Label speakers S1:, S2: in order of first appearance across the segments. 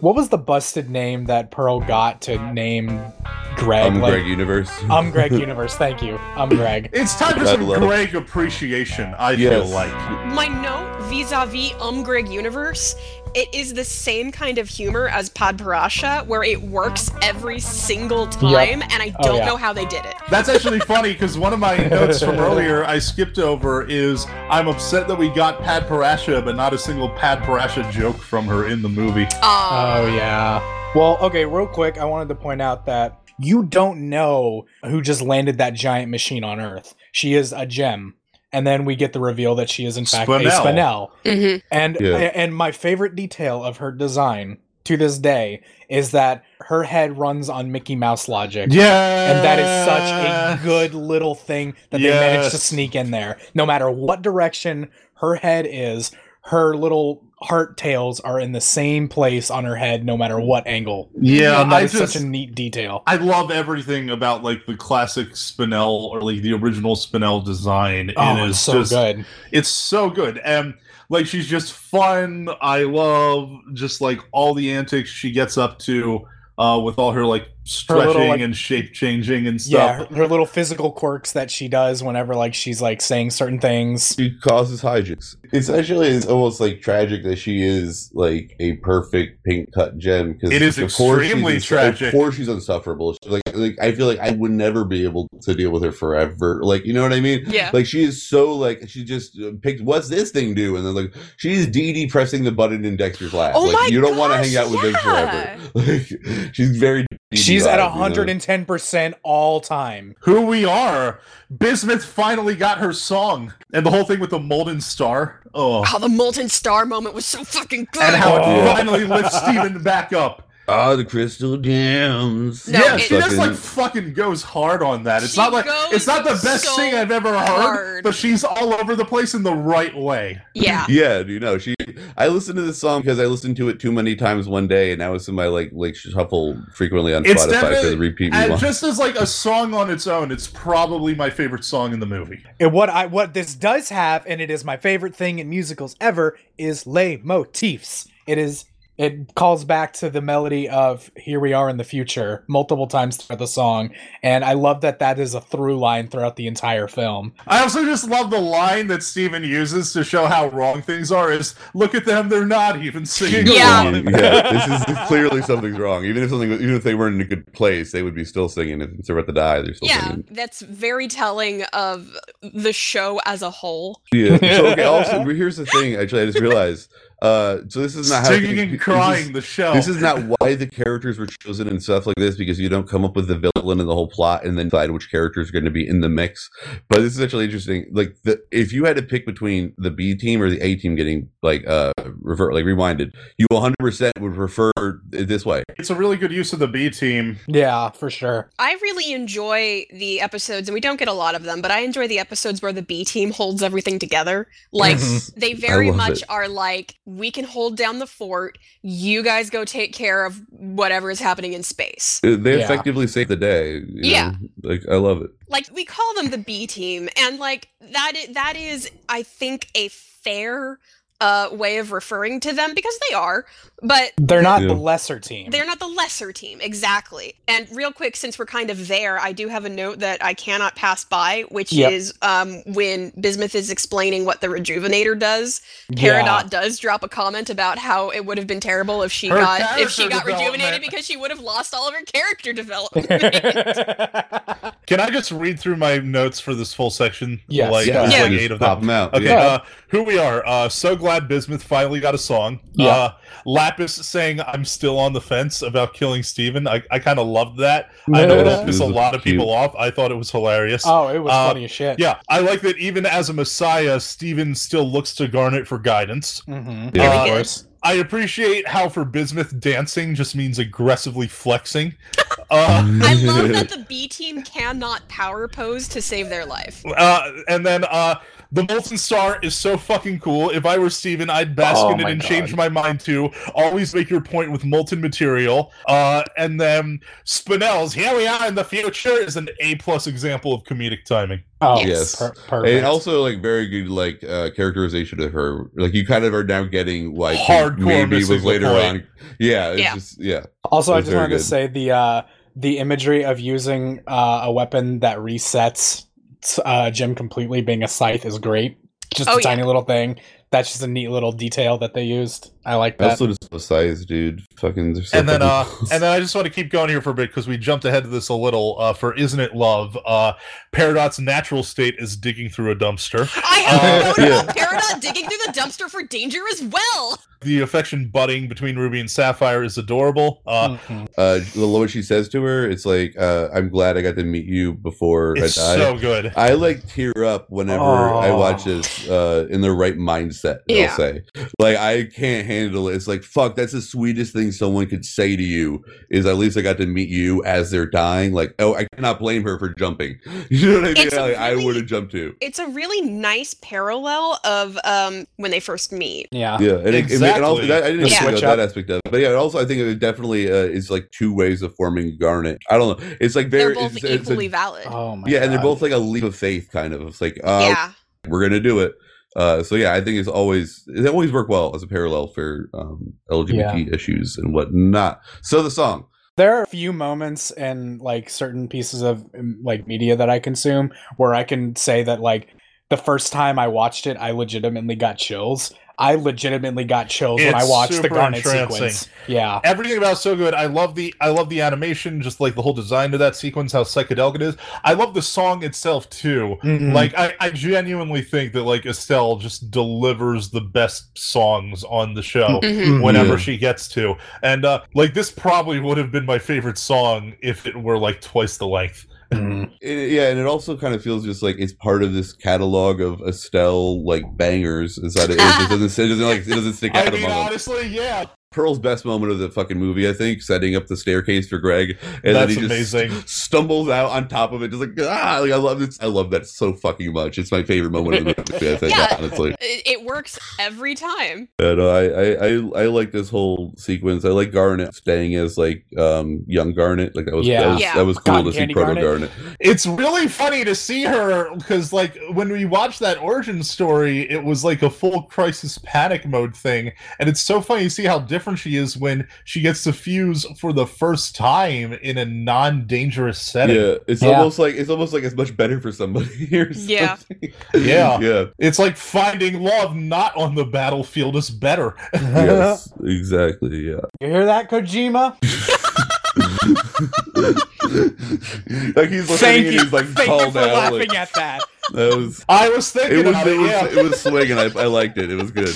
S1: What was the busted name that Pearl got to name Greg?
S2: I'm
S1: Like,
S2: Greg Universe.
S1: I'm Greg Universe. Thank you. I'm Greg.
S3: It's time for
S2: Gotta
S3: some
S2: love it.
S3: Greg appreciation, I
S2: Yes.
S3: feel like.
S4: My note vis-a-vis Um Greg Universe, it is the same kind of humor as Podparasha, where it works every single time, and I
S1: Oh,
S4: don't
S1: yeah.
S4: know how they did it.
S3: That's actually funny because one of my notes from earlier I skipped over is I'm upset that we got Pad Parasha, but not a single Pad Parasha joke from her in the movie.
S4: Uh,
S1: Oh yeah. Well, okay. Real quick, I wanted to point out that you don't know who just landed that giant machine on Earth. She is a gem, and then we get the reveal that she is in fact a
S3: Spinel.
S1: Spinel.
S4: Mm-hmm.
S1: And
S2: Yeah.
S1: and my favorite detail of her design to this day is that her head runs on Mickey Mouse logic.
S3: Yeah.
S1: And that is such a good little thing that they managed to
S3: Uh, Yes.
S1: sneak in there. No matter what direction her head is, her little heart tails are in the same place on her head, no matter what angle.
S3: Yeah,
S1: and that
S3: I
S1: is
S3: just
S1: such a neat detail.
S3: I love everything about like the classic Spinel or like the original Spinel design.
S1: Oh, it's so
S3: just,
S1: good.
S3: It's so good. And like she's just fun. I love just like all the antics she gets up to uh, with all her like stretching
S1: like-
S3: and shape changing and
S1: Yeah,
S3: stuff.
S1: her, her little physical quirks that she does whenever like she's like saying certain things.
S2: She causes hijinks. It's actually it's almost like tragic that she is like a perfect pink cut gem because
S3: It is extremely tragic.
S2: Before she's unsufferable, She's like like I feel like I would never be able to deal with her forever. Like you know what I mean?
S4: yeah.
S2: Like she is so like she just uh, picked what's this thing do and then like she's Dee Dee pressing the button in Dexter's lap.
S4: Oh
S2: like
S4: my
S2: you don't want to
S4: gosh,
S2: hang out with Dee
S4: yeah.
S2: forever. Like she's very. Dee Dee
S1: She's at
S2: vibe, you know?
S1: hundred and ten percent all time.
S3: Who we are. Bismuth finally got her song. And the whole thing with the Molten Star. Oh.
S4: Oh, the molten star moment was so fucking good.
S3: And how it
S2: Yeah.
S3: finally lifts Steven back up.
S2: Ah, the crystal gems.
S4: No,
S3: yeah,
S4: it-
S3: she just
S2: Fucking-
S3: like fucking goes hard on that. It's
S4: She
S3: not like
S4: goes
S3: it's not the best
S4: so
S3: thing I've ever heard,
S4: hard.
S3: but she's all over the place in the right way.
S4: yeah.
S2: yeah, you know, she. I listened to this song because I listened to it too many times one day, and now it's in my like like shuffle frequently on
S3: It's
S2: Spotify for
S3: definitely-
S2: the repeat me
S3: And just as like a song on its own, it's probably my favorite song in the movie.
S1: And what I what this does have, and it is my favorite thing in musicals ever, is lay motifs. It is it calls back to the melody of "Here We Are in the Future" multiple times throughout the song, and I love that that is a through line throughout the entire film.
S3: I also just love the line that Steven uses to show how wrong things are is look at them, they're not even singing.
S4: Yeah.
S3: along."
S2: yeah, this is clearly something's wrong. Even if something, was- even if they weren't in a good place, they would be still singing. If it's about to die, they're still
S4: Yeah,
S2: singing.
S4: that's very telling of the show as a whole.
S2: Yeah. So okay. Also, here's the thing. Actually, I just realized. Uh, so this is not
S3: Singing
S2: how
S3: and crying the show.
S4: Oh.
S2: This is not why the characters were chosen and stuff like this because you don't come up with the villain and the whole plot and then decide which characters are going to be in the mix. But this is actually interesting. Like, the, if you had to pick between the B team or the A team getting like uh revert like rewinded, you 100 percent would prefer it this way.
S3: it's a really good use of the B team.
S1: Yeah, for sure.
S4: I really enjoy the episodes, and we don't get a lot of them, but I enjoy the episodes where the B team holds everything together. Like,
S1: Mhm.
S4: they very
S2: love
S4: much
S2: it.
S4: are like, we can hold down the fort. You guys go take care of whatever is happening in space.
S2: Uh, They
S1: Yeah.
S2: effectively save the day. you
S4: Yeah.
S2: know? like I love it.
S4: Like, we call them the B team, and like that. i- that is, I think, a fair uh, way of referring to them because they are. But
S1: They're not
S2: Yeah.
S1: the lesser team.
S4: They're not the lesser team, exactly. And real quick, since we're kind of there, I do have a note that I cannot pass by, which
S1: Yep.
S4: is um, when Bismuth is explaining what the rejuvenator does.
S1: Yeah.
S4: Peridot does drop a comment about how it would have been terrible if she
S3: Her
S4: got if she
S3: character
S4: got rejuvenated
S3: development.
S4: because she would have lost all of her character development.
S3: Can I just read through my notes for this full section?
S1: Yes.
S3: Like,
S1: Yeah.
S3: there's
S4: Yeah.
S3: like
S2: Just
S3: eight of them.
S2: pop 'em out.
S3: Okay,
S2: Yeah.
S3: uh, who we are. Uh, so glad Bismuth finally got a song.
S1: Yeah.
S3: Uh, Lapis saying, I'm still on the fence about killing Steven. I, I kind of loved that. I know it'll
S2: Yeah.
S3: piss a lot of
S2: Cute.
S3: people off. I thought it was hilarious.
S1: oh, it was
S3: Uh,
S1: funny as shit.
S3: yeah, I like that even as a messiah, Steven still looks to Garnet for guidance.
S1: hmm
S2: Yeah.
S1: Of
S4: Very good.
S1: course.
S3: I appreciate how for Bismuth, dancing just means aggressively flexing. Uh,
S4: I love that the B team cannot power pose to save their life.
S3: uh, and then uh, The Molten Star is so fucking cool. If I were Steven, I'd bask
S5: Oh
S3: in it
S5: my
S3: and
S5: God.
S3: change my mind too. Always make your point with molten material. Uh, and then Spinell's Here We Are in the Future is an A plus example of comedic timing.
S1: Oh,
S2: Yes.
S1: per-
S2: And
S1: perfect.
S2: also like very good like uh characterization of her. Like you kind of are now getting like
S3: Hardcore
S2: maybe
S3: missing
S2: was
S3: the
S2: later on.
S3: point.
S2: Yeah, it's
S4: Yeah.
S2: just yeah.
S1: Also, I
S2: That's
S1: just
S2: very
S1: wanted to
S2: good.
S1: say the uh, the imagery of using uh, a weapon that resets uh, Jim completely being a scythe is great. Just
S4: Oh,
S1: a
S4: yeah.
S1: tiny little thing. That's just a neat little detail that they used. I like that.
S2: Also just the size, dude. Fucking they're so
S3: and then uh
S2: fucking-
S3: and then i just want to keep going here for a bit because we jumped ahead to this a little uh for isn't it love uh paradox's natural state is digging through a dumpster
S4: I
S3: Uh,
S4: have a photo
S2: yeah.
S4: of Peridot digging through the dumpster for danger as well.
S3: the affection budding between ruby and sapphire is adorable uh
S1: Mhm.
S2: uh the what she says to her, it's like uh I'm glad I got to meet you before
S3: it's
S2: I die.
S3: so good
S2: I like tear up whenever I
S1: Aw.
S2: watch this uh, in the right mindset.
S4: Yeah.
S2: I'll say, like, I can't handle it. It's like, fuck, that's the sweetest thing someone could say to you is at least I got to meet you as they're dying. Like, oh, I cannot blame her for jumping. You know what I mean?
S4: It's a
S2: Like, I
S4: really-
S2: would have jumped too.
S4: It's a really nice parallel of um, when they first meet.
S1: Yeah.
S2: Yeah, and, it- and it- and also,
S3: Exactly.
S2: that, I didn't
S4: Yeah.
S2: think about
S1: Ah, Switch
S2: that
S1: up.
S2: aspect of it, but yeah, and also I think it definitely uh, is like two ways of forming Garnet. I don't know. It's like very,
S4: They're both
S2: uh, it's, it's a-
S4: equally valid.
S1: Oh my.
S2: yeah, and they're
S1: God.
S2: both like a leap of faith, kind of. It's like, uh,
S4: yeah.
S2: we're gonna do it. Uh, so yeah, I think it's always they always work well as a parallel for um, LGBT issues and whatnot. So the song,
S1: There are a few moments in like certain pieces of um, like media that I consume where I can say that like the first time I watched it, I legitimately got chills. I legitimately got chills when I
S3: It's
S1: watched the
S3: super
S1: Garnet
S3: entrancing.
S1: sequence. Yeah.
S3: Everything about it's so good. I love the I love the animation, just like the whole design of that sequence, how psychedelic it is. I love the song itself too.
S2: Mm.
S1: Mhm.
S3: Like I, I genuinely think that like Estelle just delivers the best songs on the show.
S1: Mm-hmm.
S4: Mhm.
S3: whenever
S2: Mm-hmm. Yeah.
S3: she gets to. And uh, like this probably would have been my favorite song if it were like twice the length.
S1: Mhm.
S2: It- yeah, and it also kind of feels just like it's part of this catalog of Estelle like bangers. Is that it, it doesn't it doesn't like it doesn't stick out
S3: I
S2: among
S3: mean,
S2: them.
S3: honestly, yeah,
S2: Pearl's best moment of the fucking movie, I think, setting up the staircase for Greg, and
S3: that's
S2: then he
S3: amazing.
S2: just stumbles out on top of it, just like ah, like I love this. I love that so fucking much. It's my favorite moment of the movie. I think,
S4: Yeah.
S2: honestly.
S4: It, it works every time.
S2: But uh, I, I, I, I like this whole sequence. I like Garnet staying as like um young Garnet. Like that was that
S1: Yeah.
S2: was,
S4: Yeah.
S2: that was cool
S1: Cotton
S2: to see
S1: candy
S2: Proto Garnet.
S1: Garnet.
S3: It's really funny to see her because like when we watched that origin story, it was like a full crisis panic mode thing, and it's so funny to see how different she is when she gets to fuse for the first time in a non-dangerous setting.
S2: Yeah, it's
S1: Yeah.
S2: almost like it's almost like it's much better for somebody. Or
S4: Yeah.
S2: something.
S3: Yeah.
S2: yeah,
S3: It's like finding love not on the battlefield is better.
S2: yes, exactly. Yeah.
S1: You hear that, Kojima?
S2: like he's listening
S1: Thank
S2: and
S1: you.
S2: he's like
S1: Thank
S2: called
S1: you for
S2: out,
S1: laughing
S2: like,
S1: at that.
S2: that was
S3: I was thinking
S2: it was
S3: about
S2: it
S3: it,
S2: was
S3: yeah.
S2: it was swinging. I I liked it. It was good.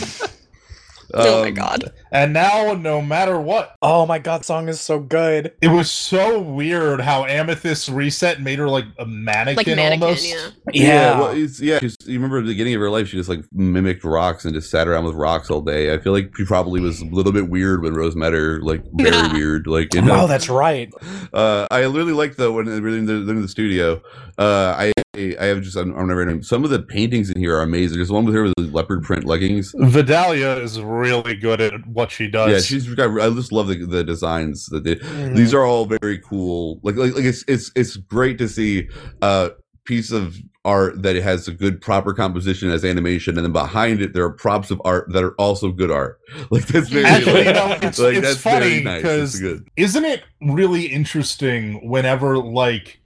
S4: oh my
S2: Um,
S4: god.
S3: And now, no matter what,
S1: Oh my god, song is so good.
S3: it was so weird how Amethyst reset made her like a mannequin,
S4: Like mannequin,
S3: almost.
S4: yeah.
S1: Yeah.
S2: well, it's, yeah. She's, you remember at the beginning of her life, she just like mimicked rocks and just sat around with rocks all day. I feel like she probably was a little bit weird when Rose met her, like very weird. Like, you know,
S1: Oh, that's right.
S2: uh, I really like though when they're in the, they're in the studio. Uh, I I have just I'm, I'm never name. Some of the paintings in here are amazing. There's one with her with the leopard print leggings.
S3: Vidalia is really good at what she does.
S2: Yeah, she's got. I just love the, the designs that they,
S1: Mm.
S2: these are all very cool like like, like it's, it's it's great to see a piece of art that has a good proper composition as animation and then behind it there are props of art that are also good art like that's very
S3: Actually,
S2: like,
S3: you know, it's,
S2: like,
S3: it's
S2: that's
S3: funny
S2: very nice that's
S3: because
S2: good
S3: isn't it really interesting whenever like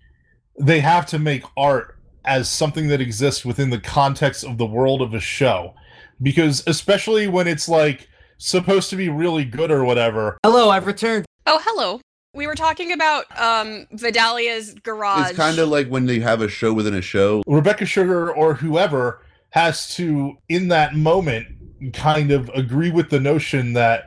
S3: they have to make art as something that exists within the context of the world of a show? Because especially when it's like supposed to be really good or whatever,
S6: Hello, I've returned.
S4: Oh, hello. We were talking about um, Vidalia's garage.
S2: it's kind of like when they have a show within a show
S3: Rebecca Sugar or whoever has to, in that moment, kind of agree with the notion that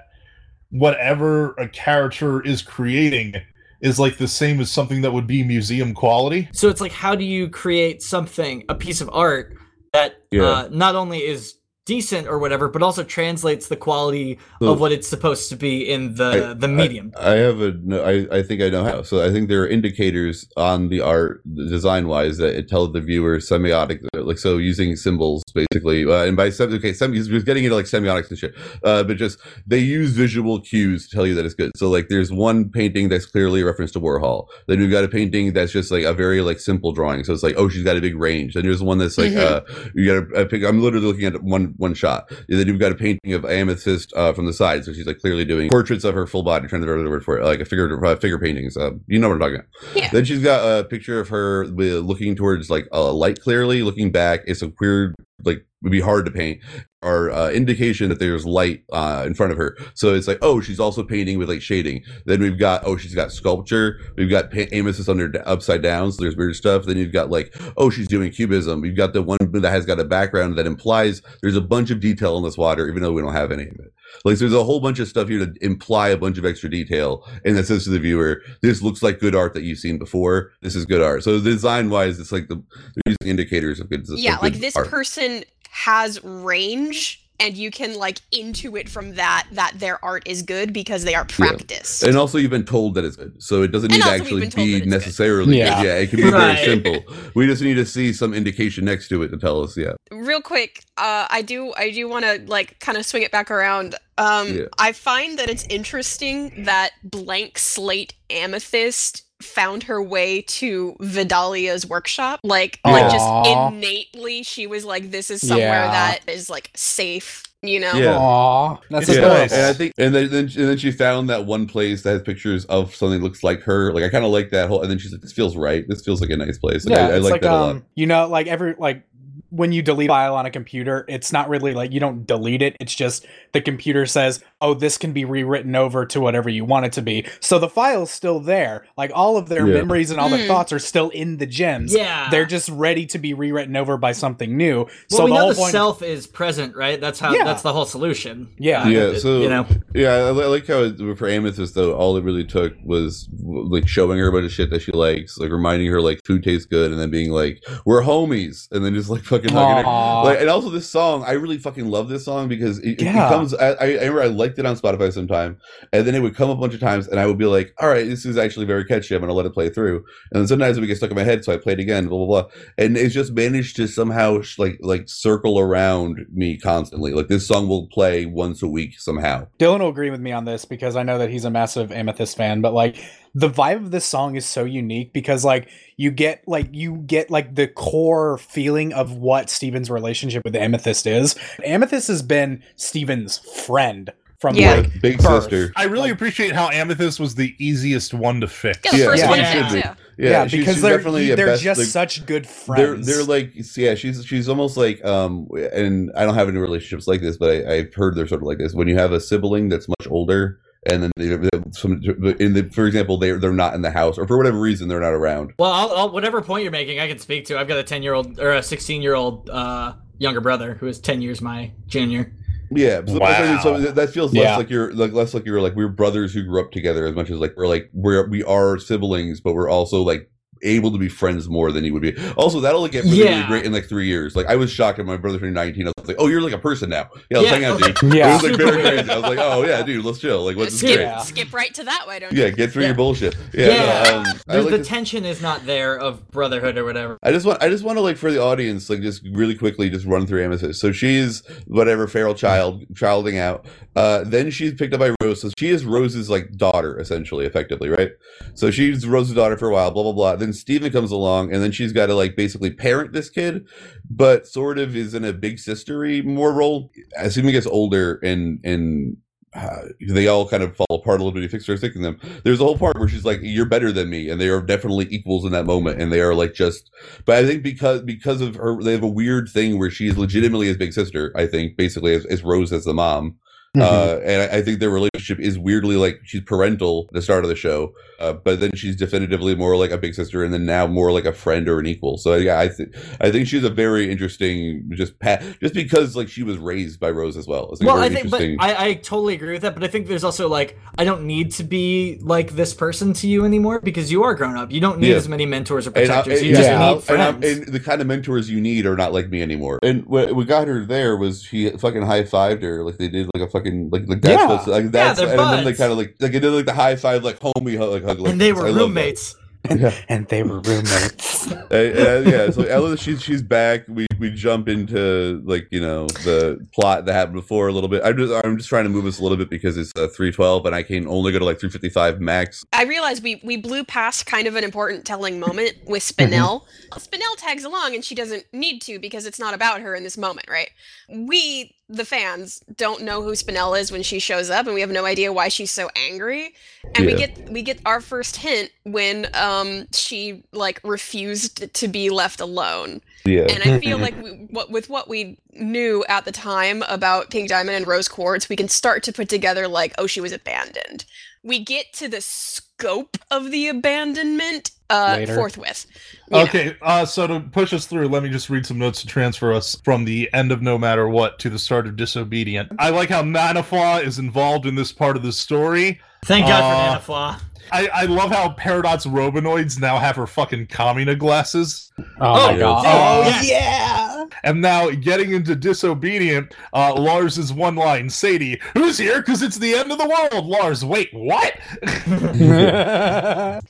S3: whatever a character is creating is like the same as something that would be museum quality.
S6: So it's like, how do you create something, a piece of art that
S2: Yeah.
S6: uh, not only is decent or whatever, but also translates the quality
S2: So-
S6: of what it's supposed to be in the
S2: I-
S6: the medium?
S2: I have a no, I, I think I know how. So I think there are indicators on the art design wise that it tell the viewer semiotic like so using symbols basically. Uh, and by sem- okay, sem- he was getting into like semiotics and shit, uh, but just they use visual cues to tell you that it's good. So like, there's one painting that's clearly a reference to Warhol. Then we've got a painting that's just like a very like simple drawing. So it's like, oh, she's got a big range. Then there's one that's like, uh, you got a, a pic- I'm literally looking at one one shot. Then you've got a painting of amethyst uh, from the side. So she's like clearly doing portraits of her full body, trying to remember the word for it, like a figure uh, figure paintings. Uh, you know what I'm talking about.
S4: Yeah.
S2: Then she's got a picture of her with, looking towards like a light clearly, looking back. It's a weird, like, would be hard to paint or uh, indication that there's light uh, in front of her. So it's like, oh, she's also painting with like shading. Then we've got, oh, she's got sculpture. We've got pa- Amos is under upside down. So there's weird stuff. Then you've got like, oh, she's doing cubism. We've got the one that has got a background that implies there's a bunch of detail in this water, even though we don't have any of it. Like, so there's a whole bunch of stuff here to imply a bunch of extra detail, and that says to the viewer, "This looks like good art that you've seen before. This is good art." So design wise, it's like the they're using indicators of good.
S4: yeah
S2: of
S4: like
S2: good
S4: this
S2: art.
S4: person has range and you can like intuit from that that their art is good because they are practiced
S2: And also, you've been told that it's good, so it doesn't
S4: And
S2: need to
S4: also we've
S2: actually
S4: been told that
S2: be
S4: it's good.
S2: necessarily.
S1: Yeah.
S2: Yeah, it can be very
S6: Right.
S2: simple. We just need to see some indication next to it to tell us. Yeah,
S4: real quick uh i do i do want to like kind of swing it back around um
S2: Yeah.
S4: i find that it's interesting that blank slate amethyst found her way to vidalia's workshop like like just
S1: Aw.
S4: innately she was like this is somewhere
S1: Yeah.
S4: that is like safe you know
S2: Yeah.
S1: Aw, that's
S3: It's
S2: yeah.
S1: adorable.
S3: nice.
S2: And I think, and then, then and then she found that one place that has pictures of something that looks like her. Like I kind of like that whole. And then she's like, "This feels right. This feels like a nice place." Like,
S1: yeah,
S2: I, I
S1: it's um,
S2: like, that a lot.
S1: You know, like every like when you delete a file on a computer, it's not really like you don't delete it. It's just the computer says, "Oh, this can be rewritten over to whatever you want it to be." So the file's still there. Like all of their
S2: Yeah.
S1: memories and all their
S6: Hmm.
S4: Mm.
S1: thoughts are still in the gems.
S6: Yeah.
S1: They're just ready to be rewritten over by something new.
S6: well,
S1: so
S6: we
S1: the
S6: know
S1: whole
S6: the
S1: point.
S6: self is present, right? That's how.
S1: Yeah.
S6: That's the whole solution.
S1: Yeah.
S6: Uh,
S2: Yeah,
S6: it-
S2: so-
S6: you know,
S2: Yeah, I, li- I like how it, for Amethyst though, all it really took was like showing her about the shit that she likes, like reminding her like food tastes good, and then being like, "We're homies," and then just like fucking hugging her.
S1: Aw.
S2: Like, and also this song, I really fucking love this song because it, it
S1: Yeah.
S2: becomes. I, I I remember I liked it on Spotify sometime, and then it would come a bunch of times, and I would be like, "All right, this is actually very catchy. I'm gonna let it play through." And then sometimes it would get stuck in my head, so I played again, blah blah blah, and it's just managed to somehow sh- like like circle around me constantly. Like this song will play once a week somehow.
S1: Dylan will agree with me on this because I know that he's a massive Amethyst fan, but like the vibe of this song is so unique because like you get like you get like the core feeling of what Steven's relationship with Amethyst is. Amethyst has been Steven's friend from
S4: Yeah.
S1: like
S2: Big
S1: birth.
S2: sister.
S3: I really
S1: Like-
S3: appreciate how Amethyst was the easiest one to fix.
S4: yeah the
S2: Yeah,
S4: first
S1: Um, yeah,
S4: one
S6: it
S4: yeah.
S6: should
S4: yeah.
S1: yeah,
S2: she-
S1: because
S2: she's
S1: they're e,
S2: definitely a
S1: they're
S2: best-
S1: just
S2: like,
S1: such good
S2: They're
S1: friends.
S2: they're like yeah she's she's almost like um and I don't have any relationships like this but I, I've heard they're sort of like this when you have a sibling that's much older and then they, they some in the for example they they're not in the house or for whatever reason they're not around
S6: well, I'll, I'll, whatever point you're making, I can speak to. I've got a ten year old or a sixteen year old uh, younger brother who is ten years my junior.
S2: yeah so,
S3: Wow.
S2: so that- that feels less
S1: Yeah.
S2: like you're like less like you're like we're brothers who grew up together as much as like we're like we're we are siblings but we're also like able to be friends more than you would be also that'll like, get really, really
S6: Yeah.
S2: great in like three years like I was shocked at my brother turned 19 I was like oh you're like a person now yeah let's
S6: Yeah.
S2: hang out dude It
S1: yeah.
S2: was like very crazy. I was like, oh yeah, dude, let's chill. Like, what's this
S4: skip
S2: great?
S1: Yeah.
S4: skip right to that why don't you
S2: Yeah, get through
S6: Yeah.
S2: your bullshit. Yeah,
S6: Yeah.
S2: no, um, I
S6: The,
S2: like
S6: the
S2: this-
S6: tension is not there of brotherhood or whatever.
S2: I just want I just want to like for the audience like just really quickly just run through Amethyst. So she's whatever feral child childing out. Uh, then she's picked up by Rose. So she is Rose's like daughter essentially, effectively, right? So she's Rose's daughter for a while. Blah blah blah. Then Steven comes along, and then she's got to like basically parent this kid, but sort of is in a big sistery more role. As Steven gets older and and. Uh, they all kind of fall apart a little bit. You fix her sticking them. There's a whole part where she's like, "You're better than me," and they are definitely equals in that moment, and they are like just but I think because because of her, they have a weird thing where she's legitimately his big sister. I think basically as, as Rose as the mom,
S6: Mm-hmm.
S2: uh, and I, I think their relationship is weirdly like she's parental at the start of the show, uh, but then she's definitively more like a big sister, and then now more like a friend or an equal. So yeah, I think I think she's a very interesting just pat just because like she was raised by Rose as well. It's like
S6: well,
S2: very
S6: I think, but
S2: interesting-
S6: I, I totally agree with that. But I think there's also like, I don't need to be like this person to you anymore because you are grown up. You don't need
S2: Yeah.
S6: as many mentors or
S2: And I-
S6: protectors.
S2: and-
S6: you just
S2: yeah,
S6: need
S2: and I-
S6: friends.
S2: and the kind of mentors you need are not like me anymore. And what, what got her there was she fucking high fived her like they did like a fucking like like that's
S1: Yeah.
S2: what's- like that's
S6: they're
S2: and then they
S6: buds.
S2: kind of like like they did like the high five like homie hug like hug. like,
S6: and they
S2: I
S6: were
S2: love that.
S6: roommates.
S2: Yeah.
S1: and they were roommates.
S2: Uh, uh, yeah, so Ella, she's she's back. We we jump into like you know the plot that happened before a little bit. I'm just I'm just trying to move us a little bit because it's uh, 312 and I can only go to like 355 max.
S4: I realize we we blew past kind of an important telling moment with Spinel. Spinel tags along and she doesn't need to because it's not about her in this moment, right? We the fans don't know who Spinel is when she shows up and we have no idea why she's so angry. And we
S2: Yeah.
S4: get we get our first hint when um she like refused to be left alone.
S2: Yeah,
S4: And I feel like we, what with what we knew at the time about Pink Diamond and Rose Quartz, we can start to put together like, oh, she was abandoned. We get to the scope of the abandonment uh,
S1: Later.
S4: forthwith. you know.
S3: Okay, uh, so to push us through, let me just read some notes to transfer us from the end of No Matter What to the start of Disobedient. I like how Nanaflaw is involved in this part of the story.
S6: Thank God
S3: Aw.
S6: for Nanaflaw.
S3: I, I love how Paradox Robonoids now have her fucking Kamina glasses.
S1: Oh,
S2: yeah.
S1: my god.
S6: Oh,
S3: Uh,
S6: yes.
S3: And now, getting into Disobedient, uh, Lars's one line Sadie, who's here? Because it's the end of the world. Lars, wait, what?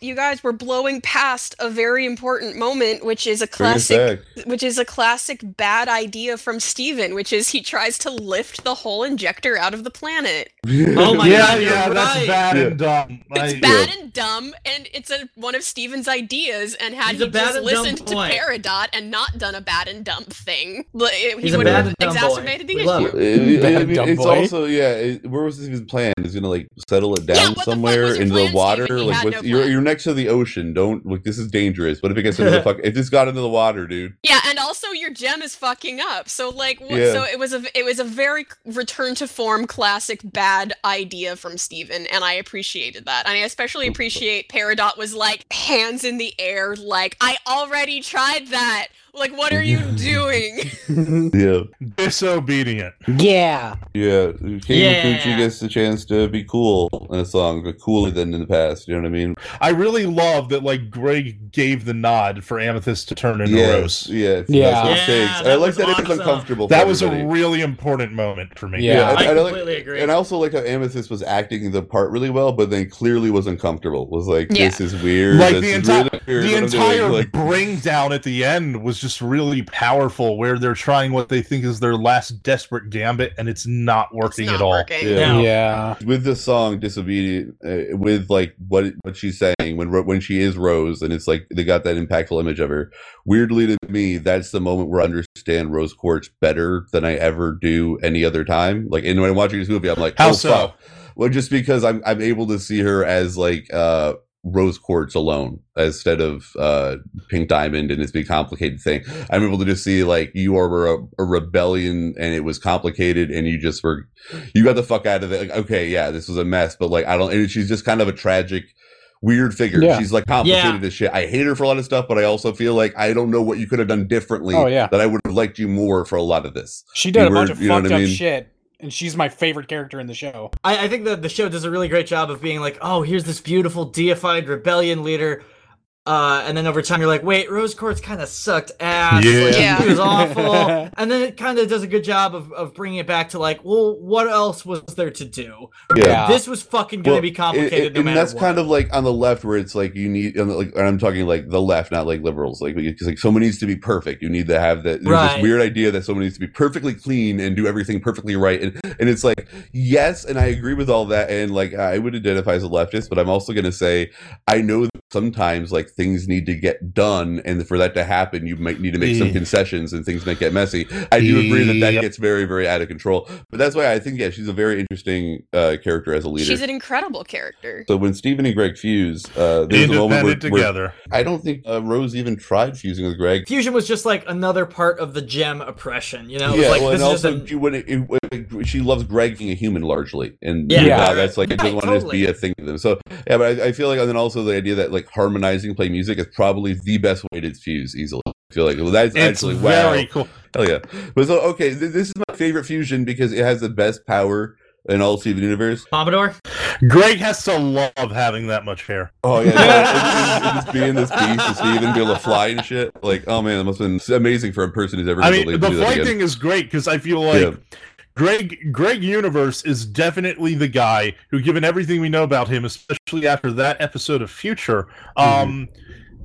S4: You guys were blowing past a very important moment, which is a
S2: Bring us
S4: classic,
S2: back.
S4: which is a classic bad idea from Steven, which is he tries to lift the whole injector out of the planet.
S6: Oh my
S3: yeah,
S6: God, you're
S3: yeah, that's
S6: right.
S3: bad
S2: Yeah.
S3: and dumb.
S4: It's
S3: I-
S4: bad and dumb, and it's a, one of Steven's ideas. And had
S6: He's a
S4: he
S6: bad
S4: just
S6: and dumb
S4: listened to
S6: boy.
S4: Peridot and not done a bad and dumb thing, li- it-
S6: He's
S4: he
S6: a
S4: would
S6: bad
S4: have
S6: and dumb boy.
S4: exacerbated the
S6: We
S4: issue.
S6: love
S2: Uh, I
S1: Bad
S2: mean,
S1: dumb
S2: it's
S1: boy.
S2: also yeah. It, where was his plan? Is gonna like settle it
S4: Yeah,
S2: down
S4: what the fuck
S2: somewhere
S4: was your
S2: in the
S4: plan,
S2: water?
S4: Steven? He
S2: Like
S4: had
S2: what's,
S4: no
S2: you're
S4: plan.
S2: you're next to the ocean. Don't like this is dangerous. What if it gets into the fuck? It just got into the water, dude.
S4: Yeah, and also your gem is fucking up. So like, what,
S2: Yeah.
S4: so it was a it was a very return to form classic bad idea from Steven, and I appreciated that. And I especially appreciate Peridot was like hands in the air, like I already tried that. Like, what are you doing?
S2: Yeah,
S3: Disobedient.
S5: Yeah.
S2: yeah. Kane
S6: Yeah.
S2: Kikuchi gets the chance to be cool in a song, but cooler than in the past. You know what I mean?
S3: I really love that like Greg gave the nod for Amethyst to turn into
S2: yeah,
S3: Rose.
S2: yeah,
S1: Yeah.
S2: That's what it
S6: Yeah,
S2: takes. And I
S6: that
S2: like
S6: was
S2: that it was
S6: awesome.
S2: uncomfortable. for
S3: That was a
S2: everybody.
S3: really important moment for me.
S1: Yeah.
S2: Yeah,
S6: I,
S2: I- I like-
S6: completely agree.
S2: And I also like how Amethyst was acting the part really well, but then clearly was uncomfortable. Was like,
S4: Yeah.
S2: this is weird.
S3: Like,
S2: this
S3: the
S2: is
S3: entire-
S2: really weird,
S3: The
S2: what I'm doing."
S3: entire
S2: Like,
S3: bring down at the end was just really powerful where they're trying what they think is their last desperate gambit and it's not
S4: It's
S3: working
S4: not
S3: at all.
S4: working.
S2: Yeah.
S6: No.
S1: yeah.
S2: with the song "Disobedient," uh, with like what what she's saying when Ro- when she is Rose, and it's like they got that impactful image of her. Weirdly to me, that's the moment where I understand Rose Quartz better than I ever do any other time. Like, and when I'm watching this movie, I'm like,
S3: How
S2: oh,
S3: so?
S2: fuck. Well, just because I'm I'm able to see her as like uh Rose Quartz alone instead of uh Pink Diamond and this big complicated thing. I'm able to just see like you are a, a rebellion and it was complicated and you just were you got the fuck out of it. Like, okay, yeah, this was a mess, but like I don't. And she's just kind of a tragic, weird figure.
S1: Yeah.
S2: She's like complicated as shit. I hate her for a lot of stuff, but I also feel like I don't know what you could have done differently.
S1: Oh, yeah.
S2: that I would have liked you more for a lot of this.
S1: She did
S2: You
S1: a bunch
S2: were-
S1: of
S2: you know what
S1: fucked
S2: I
S1: up
S2: mean?
S1: shit, and she's my favorite character in the show.
S6: I, I think that the show does a really great job of being like, oh, here's this beautiful deified rebellion leader. Uh, and then over time, you're like, wait, Rose Quartz kind of sucked ass.
S3: Yeah.
S6: Like,
S4: Yeah.
S6: He was awful. and then it kind of does a good job of, of bringing it back to like, well, what else was there to do?
S1: Yeah.
S6: This was fucking going to
S2: Well,
S6: be
S2: It-
S6: complicated
S2: it-
S6: no
S2: and
S6: matter
S2: that's
S6: what.
S2: kind of like on the left where it's like you need and like and i'm talking like the left not like liberals like because like someone needs to be perfect you need to have that there's
S6: Right.
S2: this weird idea that someone needs to be perfectly clean and do everything perfectly right and and it's like yes and i agree with all that and like i would identify as a leftist but i'm also going to say i know that sometimes like things need to get done and for that to happen you might need to make some
S3: Yeah.
S2: concessions and things might get messy i do agree that that
S3: Yep.
S2: gets very very out of control but that's why i think yeah she's a very interesting uh character as a leader
S4: She's an incredible character.
S2: so when Steven and Greg fuse, uh, there's a moment where,
S3: Independent
S2: where-
S3: together.
S2: I don't think uh, Rose even tried fusing with Greg.
S6: Fusion was just like another part of the gem oppression, you know? It was
S2: yeah,
S6: like,
S2: well,
S6: this
S2: and
S6: is just
S2: also
S6: a-
S2: she, wouldn't- it, would- she loves Greg being a human largely, and
S6: Yeah.
S2: yeah,
S1: Yeah.
S2: that's like it doesn't
S6: Right,
S2: want to just be
S6: totally.
S2: a thing to them. So yeah, but I, I feel like, and then also the idea that like harmonizing play music is probably the best way to fuse easily. I feel like well, that's
S3: It's
S2: actually wow.
S3: very cool.
S2: Hell yeah. But so okay, th- this is my favorite fusion because it has the best power in all Steven universe.
S6: Pompadour?
S3: Greg has to love having that much hair.
S2: Oh yeah, no, it's- it's- it's being this beast and Steven be able to fly and shit. Like, oh man, that must have been amazing for a person who's ever
S3: I
S2: been
S3: mean,
S2: able
S3: the
S2: to do that
S3: flight
S2: again.
S3: thing is great because I feel like
S2: Yeah.
S3: Greg Greg Universe is definitely the guy who, given everything we know about him, especially after that episode of Future,
S2: Mm-hmm.
S3: um,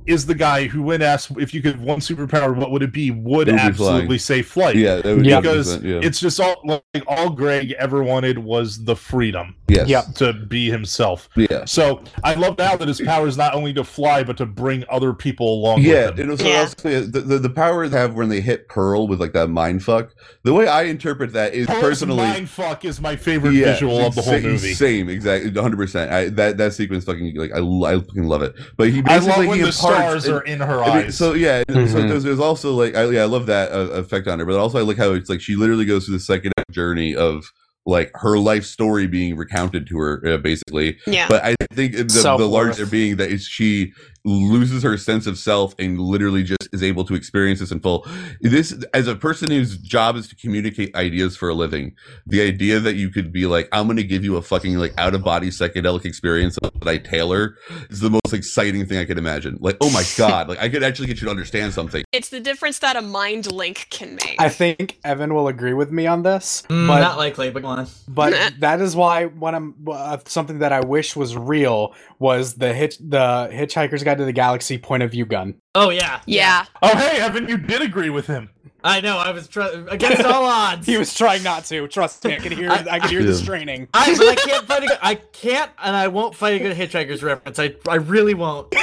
S3: is the guy who, when asked if you could have one superpower, what would it be, would
S2: It would be
S3: absolutely
S2: flying.
S3: say flight.
S2: yeah, that would
S1: Yeah.
S3: Because
S2: 100%, yeah.
S3: It's just all like all Greg ever wanted was the freedom
S2: yes.
S1: Yep.
S3: to be himself.
S2: yeah.
S3: So I love now that his power is not only to fly but to bring other people along.
S2: Yeah,
S3: with him.
S2: and also
S4: Yeah.
S2: also the, the the power they have when they hit Pearl with like that mind fuck. The way I interpret that is
S3: Pearl's
S2: personally
S3: mindfuck is my favorite visual of the whole
S2: same,
S3: movie.
S2: Same, exactly, one hundred percent. That that sequence fucking like I, l- I fucking love it. But he
S3: I love
S2: basically
S3: when
S2: he
S3: the
S2: imparts-
S3: stars
S2: and-
S3: are in her
S2: I mean,
S3: eyes.
S2: so yeah, and so
S1: Mhm.
S2: there's, there's also like I, yeah, I love that uh, effect on her, but also I like how it's like she literally goes through the second journey of like her life story being recounted to her uh, basically.
S4: Yeah.
S2: But I think the, the
S1: Self-worth.
S2: larger being that is she loses her sense of self and literally just is able to experience this in full. This, as a person whose job is to communicate ideas for a living, the idea that you could be like, I'm going to give you a fucking like out of body psychedelic experience that I tailor is the most exciting thing I could imagine. Like, oh my God, like I could actually get you to understand something.
S4: It's the difference that a mind link can make.
S1: I think Evan will agree with me on this,
S6: Mm,
S1: but
S6: not likely, but go on.
S1: but that is why when I'm uh, something that I wish was real was the hitch the Hitchhiker's Guide to the Galaxy point of view gun.
S6: Oh yeah,
S4: yeah.
S3: oh hey, Evan, you did agree with him.
S6: I know. I was try- against all odds.
S1: He was trying not to. Trust me, I could hear I, could hear the
S2: Yeah.
S1: straining.
S6: I, but I can't fight a good, I can't and I won't fight a good Hitchhiker's reference. I I really won't.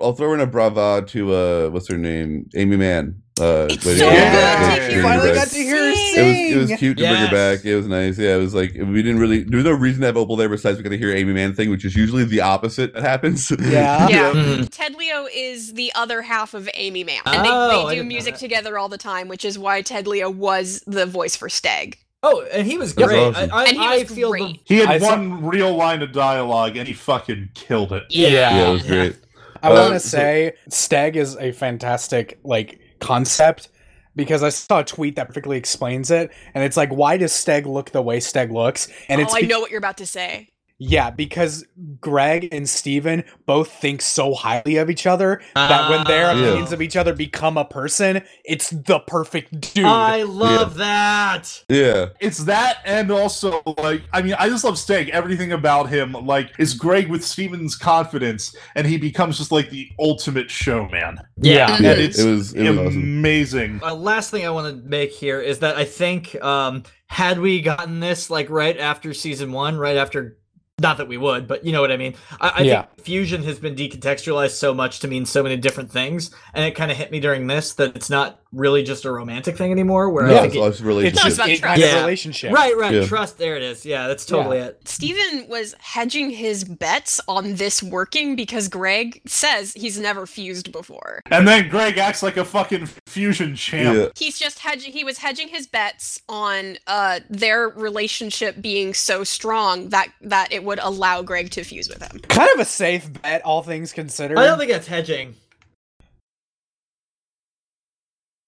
S2: I'll throw in a brava to uh, what's her name, Amy Mann. Uh,
S4: It's
S2: Lady
S4: so
S2: Gaga.
S1: Yeah.
S4: good
S2: Yeah.
S4: to hear
S1: You
S4: you
S1: finally
S2: Right.
S1: got to hear her
S4: It
S2: it was
S1: sing.
S2: it was cute to bring her
S6: Yes.
S2: back. It was nice. Yeah, it was like we didn't really there was no reason to have Opal there besides we got to hear Amy Man thing, which is usually the opposite that happens.
S1: Uh, Yeah.
S4: Yeah.
S6: Mhm.
S4: Ted Leo is the other half of Amy Man. And
S6: Oh, I
S4: they, they
S6: didn't
S4: do
S6: know
S4: music
S6: that.
S4: together all the time, which is why Ted Leo was the voice for Stag.
S6: Oh, and he was
S2: That's
S6: great.
S2: awesome.
S6: I, I,
S4: And he
S6: I
S4: was
S6: feel the-
S4: great.
S3: He had
S1: I saw-
S3: one real line of dialogue and he fucking killed it.
S2: yeah, it was great.
S1: I
S2: Uh,
S1: want to
S2: so-
S1: say Stag is a fantastic like concept because I saw a tweet that perfectly explains it, and it's like, why does Stag look the way Stag looks? And
S4: oh,
S1: it's
S4: I
S1: be-
S4: know what you're about to say.
S1: yeah, because Greg and Steven both think so highly of each other that when their
S6: Ah.
S1: opinions of each other become a person, it's the perfect dude.
S6: I love that.
S2: Yeah.
S3: It's that and also like I mean I just love Stag. Everything about him like is Greg with Steven's confidence and he becomes just like the ultimate showman.
S1: yeah.
S2: Yeah,
S3: And it's
S2: it was it was awesome.
S3: amazing.
S6: Uh, last thing I want to make here is that I think um, had we gotten this like right after season one, right after, not that we would, but you know what I mean. I, I
S1: Yeah.
S6: think fusion has been decontextualized so much to mean so many different things, and it kind of hit me during this that it's not really just a romantic thing anymore. Where
S2: No,
S6: I think
S2: it's,
S6: it,
S2: it's relationship.
S4: about
S1: it-
S4: trust.
S1: it's a
S6: Yeah.
S1: relationship.
S6: right, right,
S2: Yeah.
S6: trust. There it is. Yeah, that's totally it.
S4: Steven was hedging his bets on this working because Greg says he's never fused before.
S3: And then Greg acts like a fucking fusion champ.
S2: yeah.
S4: He's just hedging he was hedging his bets on uh their relationship being so strong that that it would allow Greg to fuse with him.
S1: Kind of a safe bet, all things considered.
S6: I don't think that's hedging.